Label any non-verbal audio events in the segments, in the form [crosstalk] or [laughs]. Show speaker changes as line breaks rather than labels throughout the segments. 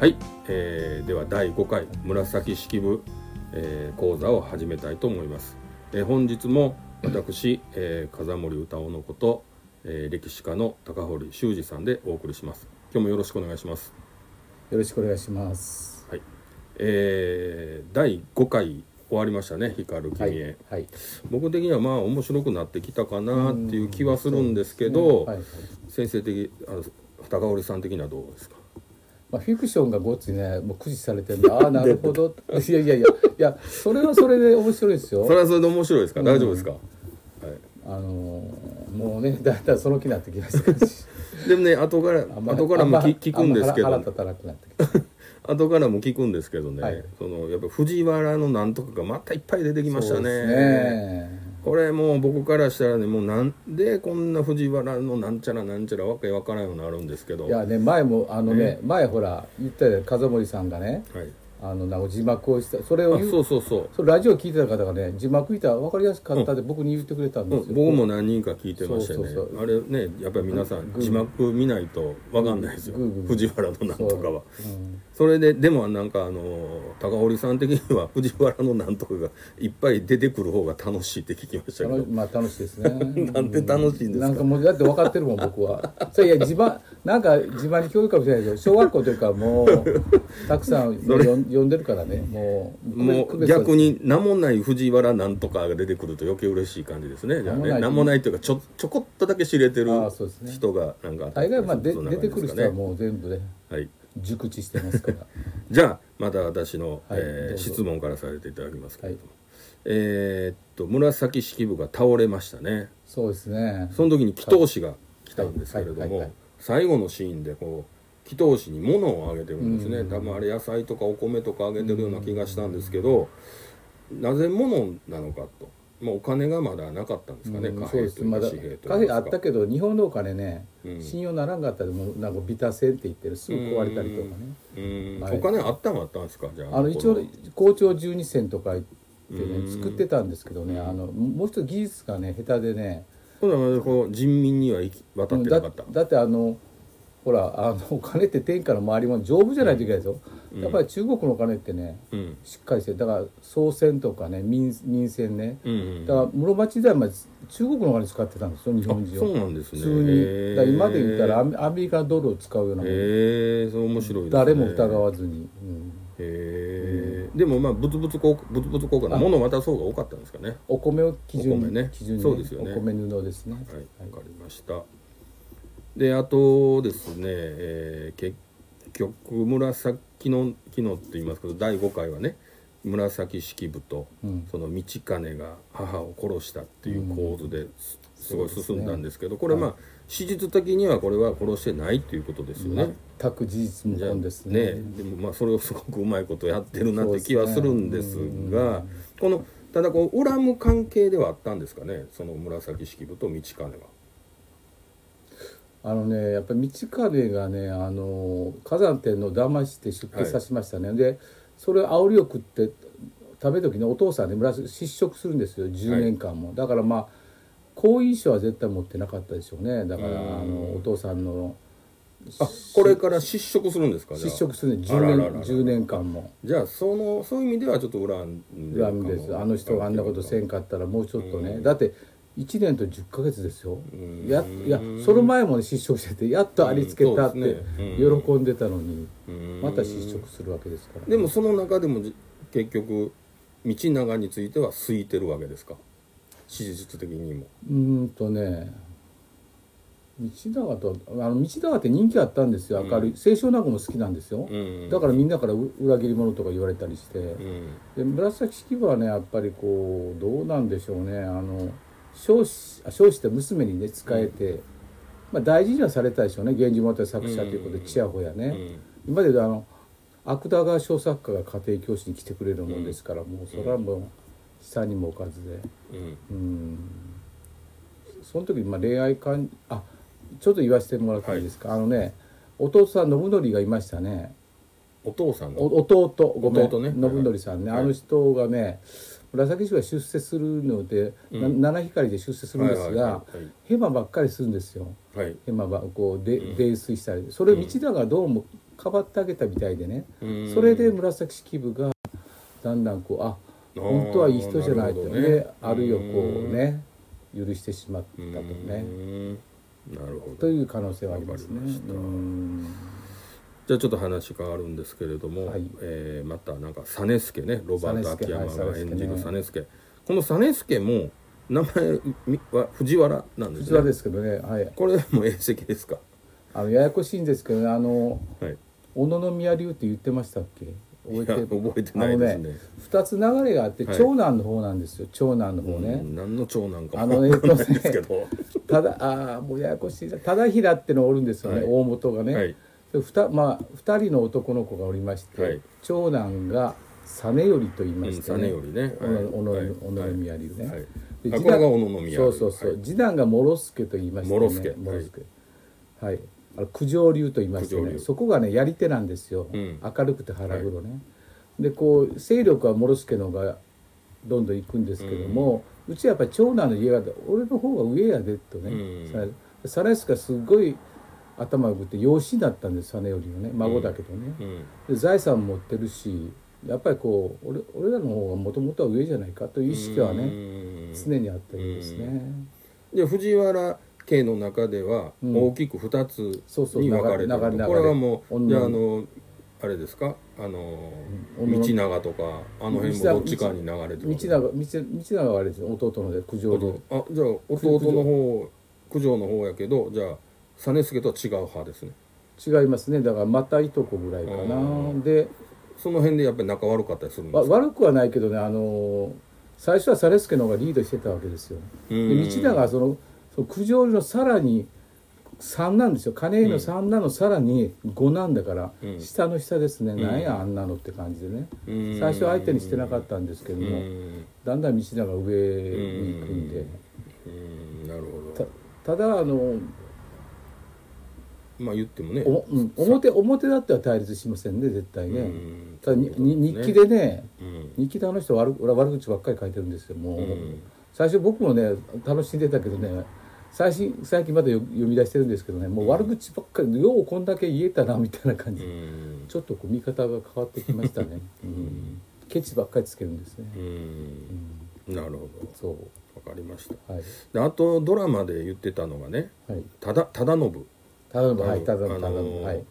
はい、えーでは第5回紫式部、えー講座を始めたいと思います、えー本日も私、えー風森歌男のこと、えー歴史家の高堀修二さんでお送りします今日もよろしくお願いします
よろしくお願いします。
はい、えー第5回終わりましたね光る君
はい
へ、、
はい、
僕的にはまあ面白くなってきたかなっていう気はするんですけど、
はいはい
先生的あの高堀さん的にはどうですか
まあ、フィクションがごっついね、もう駆使されてる
[laughs]
んで、ああ、なるほど。いやいやいや、いや、それはそれで面白いです
それ
よ。
はそれで面白いですか大丈夫ですか、はい
あのーもうね、だいたいその気になってきましたし。
でもね後から
あんま
[laughs] 後からも
あんま
聞聞くんですけ
あま
ど
腹立たなくなってきた。
後からも聞くんですけどね、
はい
そのやっぱ藤原のなんとかがまたいっぱい出てきました
そうです
ね
ね。
これもう僕からしたらねもうなんでこんな藤原のなんちゃらなんちゃらわけわからんようになるんですけど
いやね、前も、あのね、前ほら、言ったよ、風森さんがね、
はい、
あの、なんか字幕をした、それ
あ
を言う
そうそうそう、
それラジオ聞いてた方がね、字幕見たら分かりやすかったって僕に言ってくれたん
う
で
ん
すよ。
僕も何人か聞いてましてね
そうそうそ
あれねやっぱり皆さん字幕見ないとわかんないですよ
グーグル
藤原のなんとかは。
うん
それででもなんかあの高堀さん的には藤原のなんとかがいっぱい出てくる方が楽しいって聞きましたけ
楽
ど
しまあ楽しい
[laughs]
ですね。
なんで楽しいんですか
なんかもうだって分かってるもん僕は。そういや自慢なんか自慢に聞こえるかもしれないけど小学校というかもうたくさんもうよん呼んでるからねもう
も
区
う
別は
逆に名もない藤原なんとかが出てくると余計嬉しい感じですねじゃあね
名もない
名もないというかちょちょこっとだけ知れてる
あーそうですね
人がなんか
大概まあで
そんな
出
感じ
て
ですか
く
ね
る人はもう全部ね
はい
熟知してま
[laughs]
すから。
じゃあまた私の、
はい
えー
どうぞ
質問からさせていただきますけれども、
は
えーっと紫式部が倒れましたね
そうですね。
その時に祈祷師が来たんですけれ
は
ど
いはいはいは
も
い
最後のシーンでこう祈祷師に物をあげてるんですね、
うん
多分あれ野菜とかお米とかあげてるような気がしたんですけど、なぜ物なのかと、まあ、お金がまだなかったんですかね、
うん
貨
そうで
幣
す
という
ま
か
だ
紙幣と
貨
いう
幣
か
あったけど日本のお金ね
うん
信用ならんかったらもうなんかビタ銭って言ってるすぐ壊れたりとかね。
うん
はい
お金あったんはあったんですかじゃあ
あの一応校長12選とか言って
うん
ね作ってたんですけどねあのもう一つ技術がね下手でね
このこのこう人民には行き渡って
だ
なかった、
だってあのほらあの [laughs] お金って天下の周りも丈夫じゃないといけないですよ、やっぱり中国のお金ってね
うん
しっかりしてだから総選とかね民民選ね
うんうん、
だから室町時代まで中国のお金使ってたんですよ日本人を
そうなんですね
普通にだから今で言ったらアメアメリカのドルを使うようなもん、
へえそう面白いですね
誰も疑わずに、うん
へえ、でもまあ物々交換物々交換
あ
物を渡そうが多かったんですかね
お米を基準
お
に
米ね
基準に
そうですよね
お米布ですね、
はいわかりましたであとですね、えー結局紫の昨日って言いますけど第5回はね紫式部と
うん
その道兼が母を殺したっていう構図です,、ごい
そうですね
進んだんですけどこれはまあ、史実的にはこれは殺してないっていうことですよね。
全く事実無
じゃあ
根
ね
ですね
でもまあそれをすごくうまいことやってるなって気はす
そうですね
るんですがこのただこう恨む関係ではあったんですかねその紫式部と道兼は。
あのねやっぱり道金がねあの火山天の騙して出家させましたね、でそれ煽りを食って食べ時にお父さんね紫失職するんですよ10年間も、だからまあ後遺症は絶対持ってなかったでしょうねだからあ
うん
のお父さんの
あこれから失職するんですかじゃ
失
あ
職するね
あらら
10
らら
年10年間も
じゃあそのそういう意味ではちょっと恨んでるか
恨
も
みですあの人があんなことせんかったらもうちょっとね、だって1年と10ヶ月ですよ、
ん
やいやその前もね失職しててやっとありつけたって
うんそうですねうん
喜んでたのに、
うん
また失職するわけですから、
でもその中でもじ結局道長については空いてるわけですか史実的にも。
うーんとね道長とあの道長って人気あったんですよ明るい、清少納言も好きなんですよ、
うん
だからみんなからう裏切り者とか言われたりして、
うん
で紫式部はねやっぱりこうどうなんでしょうねあの彰子あ彰子って娘にね仕えて、まあ、大事にはされたでしょうね「源氏物語」作者ということで、
うん
ちやほやね、
うん
今で言うとあの芥川賞作家が家庭教師に来てくれるもんですから、もうそれはもう下にも置かずで
うん
うんその時にまあ恋愛感あちょっと言わせてもらっていいですか、あのねお父さん信則がいましたね
お父さんの
お弟ごめん
弟ね
信則さんね、
はい
あの人がね紫式部が出世するので、な七光りで出世するんですが、
はいはいはいはい
ヘマばっかりするんですよ
はい
ヘマばこうで泥酔したりそれ道長がどうもかばってあげたみたいでね
うん
それで紫式部がだんだんこうあ
あー
本当はいい人じゃないと
なる
ね
ほどね
あるいはこうね許してしまったと
う
ね
んなるほ
と
ど
いう可能性はあります
わかりま
ね
し。た
うん
じゃあちょっと話変わるんですけれども、
はい
えーまたなんか実助ねロバート
実
秋
資はい
山が演じる
実資ね
実助、この実助も名前みは藤原なんです
実は
ね
ですけどね、はい、
これも遠石ですか
あのややこしいんですけどね、あの
はい
小野宮流って言ってましたっけ？
いや
覚えて
覚えてないです
あの
ね
ね、二つ流れがあって、
はい
長男の方なんですよ。長男の方ね。
うん何の長男か
あ
も
のね
わかんないですけど、
ただあーもうややこしいな忠平ってのおるんですよね、
はい
大元がね、
はい
でふたまあ、2人の男の子がおりまして、
はい
長男が実頼と言いうま
ん
し
実
てね、
よりね
おのおの
はい
おの宮流ね、
はいはい
で
あ
次
これ
男
が小野宮
そうそうそう、
はい
次男が諸助と言いましてね
諸助はい
はい、あの九条流と言いまして
九条流
ねそこがねやり手なんですよ、
うん
明るくて腹黒ね、でこう勢力は諸助の方がどんどん行くんですけども、うちはやっぱり長男の家が俺の方が上やでと
うん
ね、さサレスがすごい頭が良くて養子になったんです実よりのね孫だけどね、
うん
で財産持ってるしやっぱりこう俺俺らの方がもともとは上じゃないかという意識はね、
うん
常にあったようですね。
で藤原家の中では
うん
大きく二つ
そうそう
に分かれてると、
流れ流れ
これはもう
女
じゃああのあれですかあの
女
道長とかあの辺もどっちかに流れてる
道長道道長はあれですね弟ので九条流
あじゃあ弟の方九条の方やけどじゃあ実助とは違う派ですね
違いますねだからまたいとこぐらいか
う
なで
その辺でやっぱり仲悪かったりするんで
わ
すか
悪くはないけどねあのー最初は実助の方がリードしてたわけですよで道長はそのその九条流のさらに三なんですよ金井の三男のさらに五なんだから、
うん
下の下ですね、
ん
なんやあんなのって感じでね、
うん
最初は相手にしてなかったんですけど
う
も、
ん
だんだん道長が上に行くんで、
うんなるほど
たただあの
まあ言ってもね
おも、うん、表表だっては対立しませんね絶対ね、
うん
ただにに
そう
日記でね
うん
日記であの人悪俺は悪口ばっかり書いてるんですよもう、
うん
最初僕もね楽しんでたけどね最近最近まだ読読み出してるんですけどねもう悪口ばっかりでようこんだけ言えたなみたいな感
う
じ、
ん
ちょっとこう見方が変わってきまし
[laughs]
たね、うんケチばっかりつけるんですね、
うんなるほ
そ
どわかりました
うはい
であとドラマで言ってたのがね
はい
ただ忠信
ただのはいただ
あ
のただ
の
のはい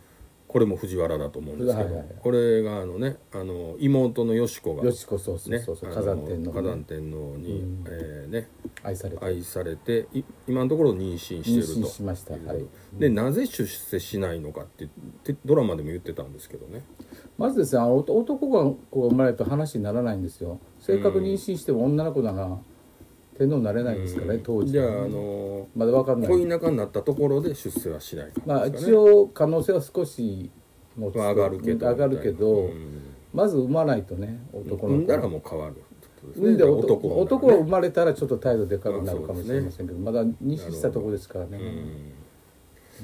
これも藤原だと思うんですけど、
はいはいはい
これがあのねあの妹のよし子が
よしこそうそう
ね
そうそう、
あ
火山天の
火山天皇に、
うん
えーね
愛されて
愛されてい今のところ妊娠して
妊
ると
娠しましたはい
でなぜ出世しないのかっててドラマでも言ってたんですけどね
まずですねあの男男がこう生まれると話にならないんですよ正確に妊娠しても女の子なら天皇になれないですからね当時
じゃあ、あ
はね
の
まだわかんない
恋仲になったところで出世はしないか
まあ
ですか
一
ね
応可能性は少しもう
まあ上がるけど
上がるけど
うん
まず産まないとね男
産
の
ん
子
だらもう変わるってことですね
産んで
だから
男
になる
男が生まれたらちょっと態度でかくなるかもしれませんけど、まだ妊
なる
娠
ほど
したところですからね、
うん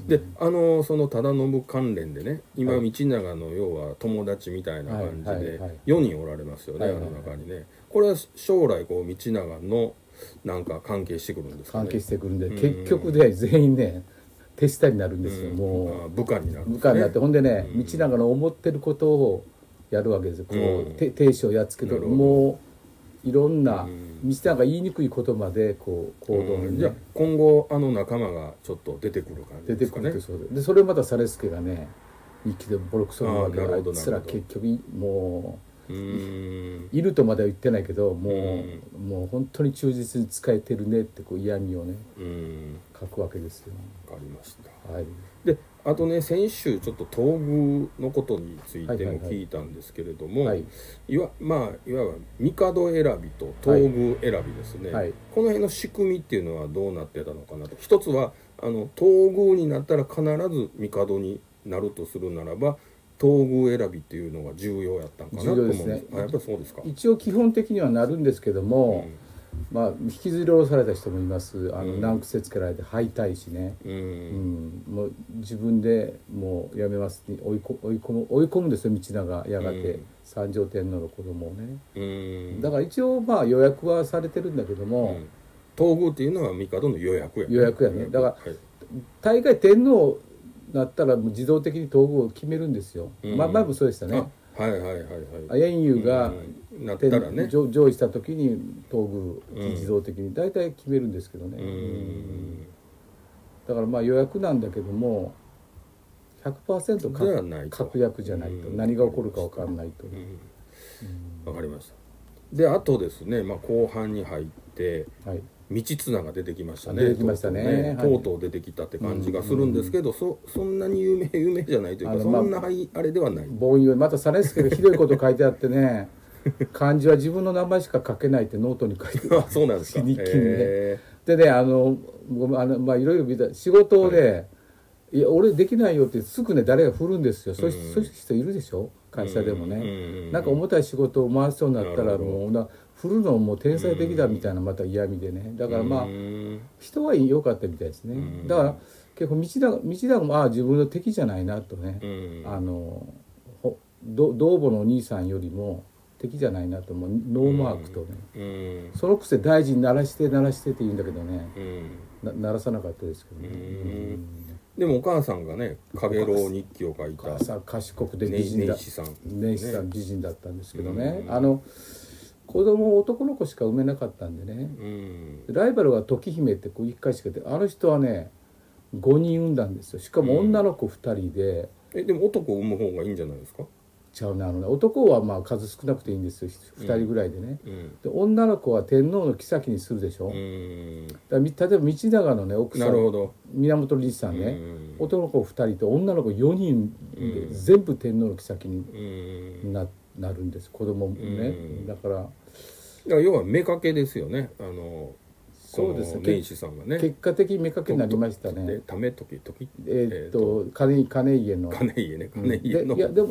であのその忠信関連でね今道長の要は友達みたいな感じ
はいはい
で
はい
4人おられますよねあ
はいはいは
の
い
中にねこれは将来こう道長のなんか関係してくるんですか
関
ね
係してくるんで、
ん
結局で全員ね手下になるんですよ、
うん
もう。
あ部下になるんですね
部下になってほんでね
うん
道長の思ってることをやるわけですよこ
うん
うて亭主をやっつけて
なるほど
もういろんな
うん
道長が言いにくいことまでこう行動
う
に
んじゃあ
ね
今後あの仲間がちょっと出てくる感じ
出
で
て
すか
く
ね
るってそうででそれをまた実助がね日記でボロクソなわけで
あーな
あ
るほど
いつら結局も
うん
ういるとまでは言ってないけどもう
う
もう本当に忠実に使えてるねってこう嫌味をね
うん
書くわけですよ
わかりました
はい
であとね先週ちょっと東宮のことについても聞いたんですけれども、
はいい
わまあいわば帝選びと東宮選びですね、
はい
この辺の仕組みっていうのはどうなってたのかなと一つはあの東宮になったら必ず帝になるとするならば東宮選びっていうのが重要やったんかなと思うんです
重要です
あ
ね
やっぱりそうですか、
一応基本的にはなるんですけども、
うん
まあ、引きずり下ろされた人もいますあの、
うん
難癖つけられて敗退しね、
う
うんん、もう自分でもうやめますって追いこ追い込む追い込むんですよ道長やが
う
て
ん
三条天皇の子供をね
うん
だから一応まあ予約はされてるんだけど
う
も、
ん東宮っていうのは帝の予約や
予約やねだから
はい
大概天皇なったらもう自動的に統合を決めるんですよ、
うん
まあ、前もそうでしたね
あはいはいはい
あ
はい
円遊が
うんなったらね
上上位した時に統合
うん
自動的に大体決めるんですけどね、
うん
だからまあ予約なんだけども100%
ではない
確
と
確約じゃないと
うん
何が起こるか分かんないと、
わかりましたであとですね、まあ、後半に入って
はい、
道綱が出てきましたね
出てきましたね
とうとう
は
と
い
うとう出てきたって感じがするんですけど、そそんなに有名 [laughs] 有名じゃないという
あ
か
の
そんな、はいあれではない、 [laughs]
凡庸またされですけどひどいこと書いてあってね漢字は自分の名前しか書けないってノートに書いて
あそうなんですか
日記にね
え
でねあのごめんあのまあいろいろ見た仕事で、い、や俺できないよってすぐね誰が振るんですよ、そうしそういう人いるでしょ会社でもね、
うんうん
なんか重たい仕事を回しそうになった
な
ら
るほど
もうな振るのもう天才的だみたいなまた嫌味でねだからまあ、
うん
人は良かったみたいですね、
うん
だから結構道田道田もああ自分の敵じゃないなとね、
うん
あのほど同母のお兄さんよりも敵じゃないなともうノーマークとね、
うん
そのくせ大臣鳴らして鳴らしてって言うんだけどね
うん
な鳴らさなかったですけどね、
でもお母さんがね「かげろう日記」を書い
お
た
母さん賢くで
ね
美人
ね
だ
いしさん
年始さん美人だったんですけどね、
うん
あの子供男の子しか産めなかったんでね、
うん
ライバルが時姫ってこう1回しか出てあの人はね5人産んだんですよしかも女の子2人で、
えでも男を産む方がいいんじゃないですか、
ちゃうなあのね男はまあ数少なくていいんですよ
うん
2人ぐらいでね、
うん
で女の子は天皇の妃にするでしょ、
うん、
だからみ例えば道長のね奥さ
なる
ん
ほど、
源理事さん
う
ね、
ん
男の子2人と女の子4人
う
で
ん
全部天皇の妃に
うん
ななるんです子供もね、
うん
だから
だから要は目かけですよねあの
そうです
この
ね
年始さんがね
結果的に目かけになりましたね
でためときとき
えーっと金金家の
金家ね金家
で
の、
いやでも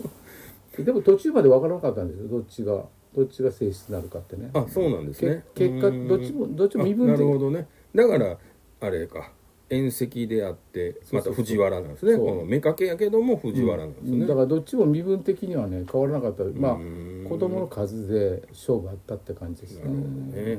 でも途中まで分からなかったんですよどっちがどっちが性質になるかってね
あそうなんです
け
ね
結果
うん
どっちもどっちも身
あ
分
な
で
るほどねだからあれか縁石であって
そう
また
そうそう
藤原なんですね
そう
この目かけやけども藤原なんですね、
だからどっちも身分的にはね変わらなかったまあ
うん
子供の数で勝負あったって感じです
なるほど
ね
ね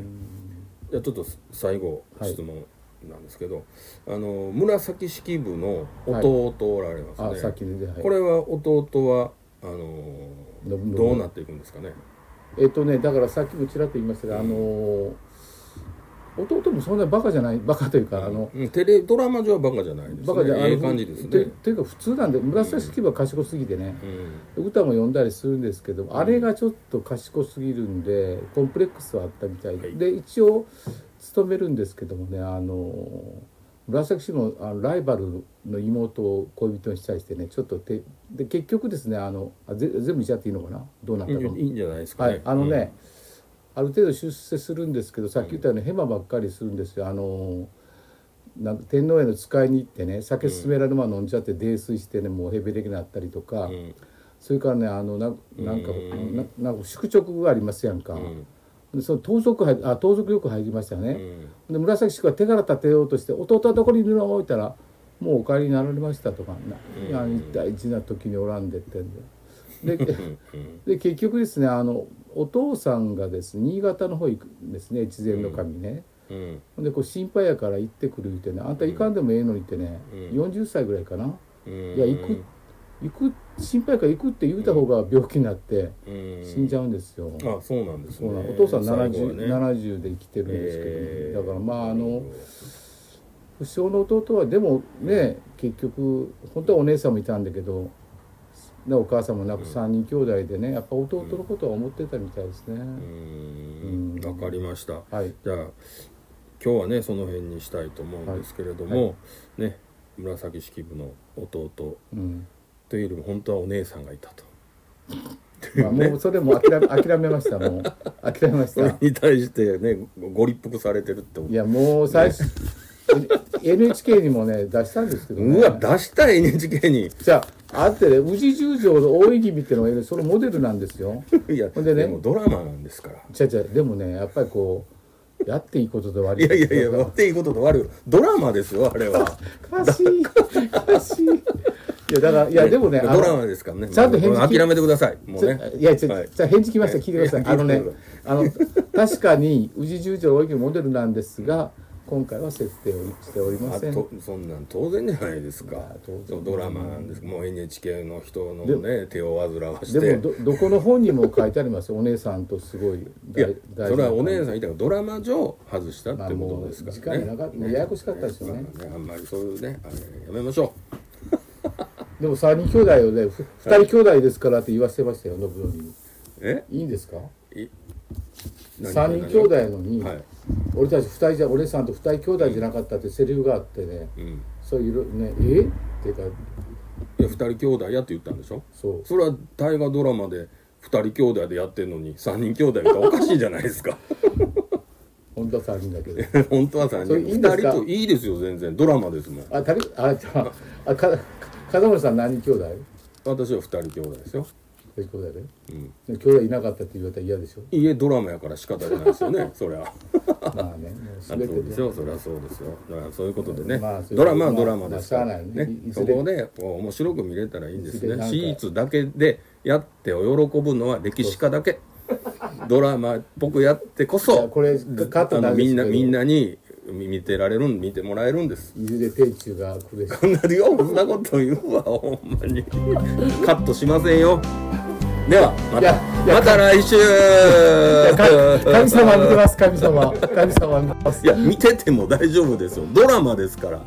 じゃあちょっと最後
はい
質問なんですけど、あの紫式部の弟おられますね、
あさっきでねはい
これは弟はあの
どど
どうなっていくんですかね
えっとねだからさっきもちらっと言いましたがあのー弟もそんなバカじゃないバカというかあの
うんテレドラマ上はバカじゃないですね
バカじゃない
ええ感じです
て
ね
ていうか普通なんで紫式部は賢すぎてね
うん
歌も読んだりするんですけどあれがちょっと賢すぎるんでコンプレックスはあったみたいで,、
はい
で一応勤めるんですけどもねあの紫氏のあのライバルの妹を恋人にしたりしてねちょっとてで結局ですねあのあぜ全部言っちゃっていいのかなどうなったかも
いいんじゃないですか
は
ね、
い、あのね、ある程度出世するんですけどさっき言ったようにヘマばっかりするんですよ。あのなんか天皇への使いに行ってね酒勧められるまま飲んじゃって泥酔してねもうヘベレケになったりとか、
うん
それからねあのなんなんか
うん
ななんか宿直がありますやんか、
うん
でその盗賊入あ盗賊よく入りました
う
ね、
ん
で紫式部は手から立てようとして「弟はどこにいるの?」置いたら「もうお帰りになられました」とか「な
うん
いや大事な時におらんで」ってんで。で [laughs]
うんうん
で結局ですねあのお父さんがですね新潟の方行くんですね越前の神ね、
うん
ほん、でこう心配やから行ってくる言ってねあんた行かんでもええのにってね、
うん
40歳ぐらいかな、
うん
いや行く行く心配やから行くって言うた方が病気になって
うん
死んじゃうんですよ、
あそうなんです
そ
ね
うなのお父さん 70,、
最後はね
70で生きてるんですけどね、
えー
だからまああの
うん
不詳の弟はでもね結局本当はお姉さんもいたんだけどでお母さんも亡く3人兄弟でねやっぱ弟のことは思ってたみたいですね、
うんわかりました
はい
じゃあ今日はねその辺にしたいと思うんですけれども、ね紫式部の弟
うん
というよりも本当はお姉さんがいたと
まあ、もうそれ
[laughs]
も諦め諦めましたもう諦めまし
それ
た
に対してねごご立腹されてるってこと
いやもう最初 NHK にもね出したんですけど、ね、
うわ出した NHK に
じゃああってね宇治十条の大井君っていうのがそのモデルなんで
[laughs]
すよ
いや
ほんでね
もドラマなんですから
ちゃちゃでもねやっぱりこうやっていいことで悪
い
い
やいやいや割っていいことと悪いドラマですよあれは
おかしいおかしいいやだからいやでもね
ド
あの
ラマですからね
ちゃんと返事聞いて
もう諦めてくださいもうね
ちょいや、ちょ、
はい
じゃあ返事来ました。
はい
聞いてください。
いや
あのね
聞いてく、
あの、確かに、宇治十条大木モデルなんですが、今回は設定をしておりま
あ
せん
とそんなん当然じゃないです
い
か
や当然
そうドラマなんですもう NHK の人の
でも
ね手を煩わして
でもどどこの本にも書いてありますよお姉さんとすごい
いや
大大
それはお姉
ん
さんいたからドラマ上外したって
まあも
こ
う
とです
時
か
間
らね,、
がなかったややこしかったですよね
まああんまりそういうねあれやめましょ
でも3人兄弟をねふ二人兄弟ですからって言わせましたよ信代に
うえ
いいんですか
い何
三人兄弟やのに、
はい
俺たち二人じゃ俺さんと二人兄弟じゃなかったってセリフがあってね
うん
そういうねえっていうか
いや二人兄弟やって言ったんでしょ
そう
それは大河ドラマで二人兄弟でやってんのに三人兄弟がおかしいじゃないですか
本当は3人だけど
本当は三
そ
人
れいいんです
二
か
人といいですよ全然ドラマですもん
あ旅あじゃああかか風森さん何人兄弟
私は二人兄弟ですよ、
二人兄弟
うん、
で兄弟いなかったって言われたら嫌
[laughs]
でしょ
家ドラマやから仕方がないですよねそりゃ
まあねもう
そ
全
う
て
で
ね
しょそりゃそうですよだからそういうことでね、
まあそういうこと
ドラマはドラマですから
まあしゃあないねいいず
そ
れ
こでこう面白く見れたらいいんです
いずれな
ね
んか
シーツだけでやってお喜ぶのは歴史家だけドラマっぽくやってこ
いや
そ
これカット
あの
なんで
み
す
ん
け
な
ど
みんなに見見てられるん見てもらえるんです
いずれ天中が来るでしょ
こんなようそんなこと言うわほんまにカットしませんよではま
いや
た
いや
また来週
か神様見てます神様神様見てます
いや見てても大丈夫ですよドラマですから、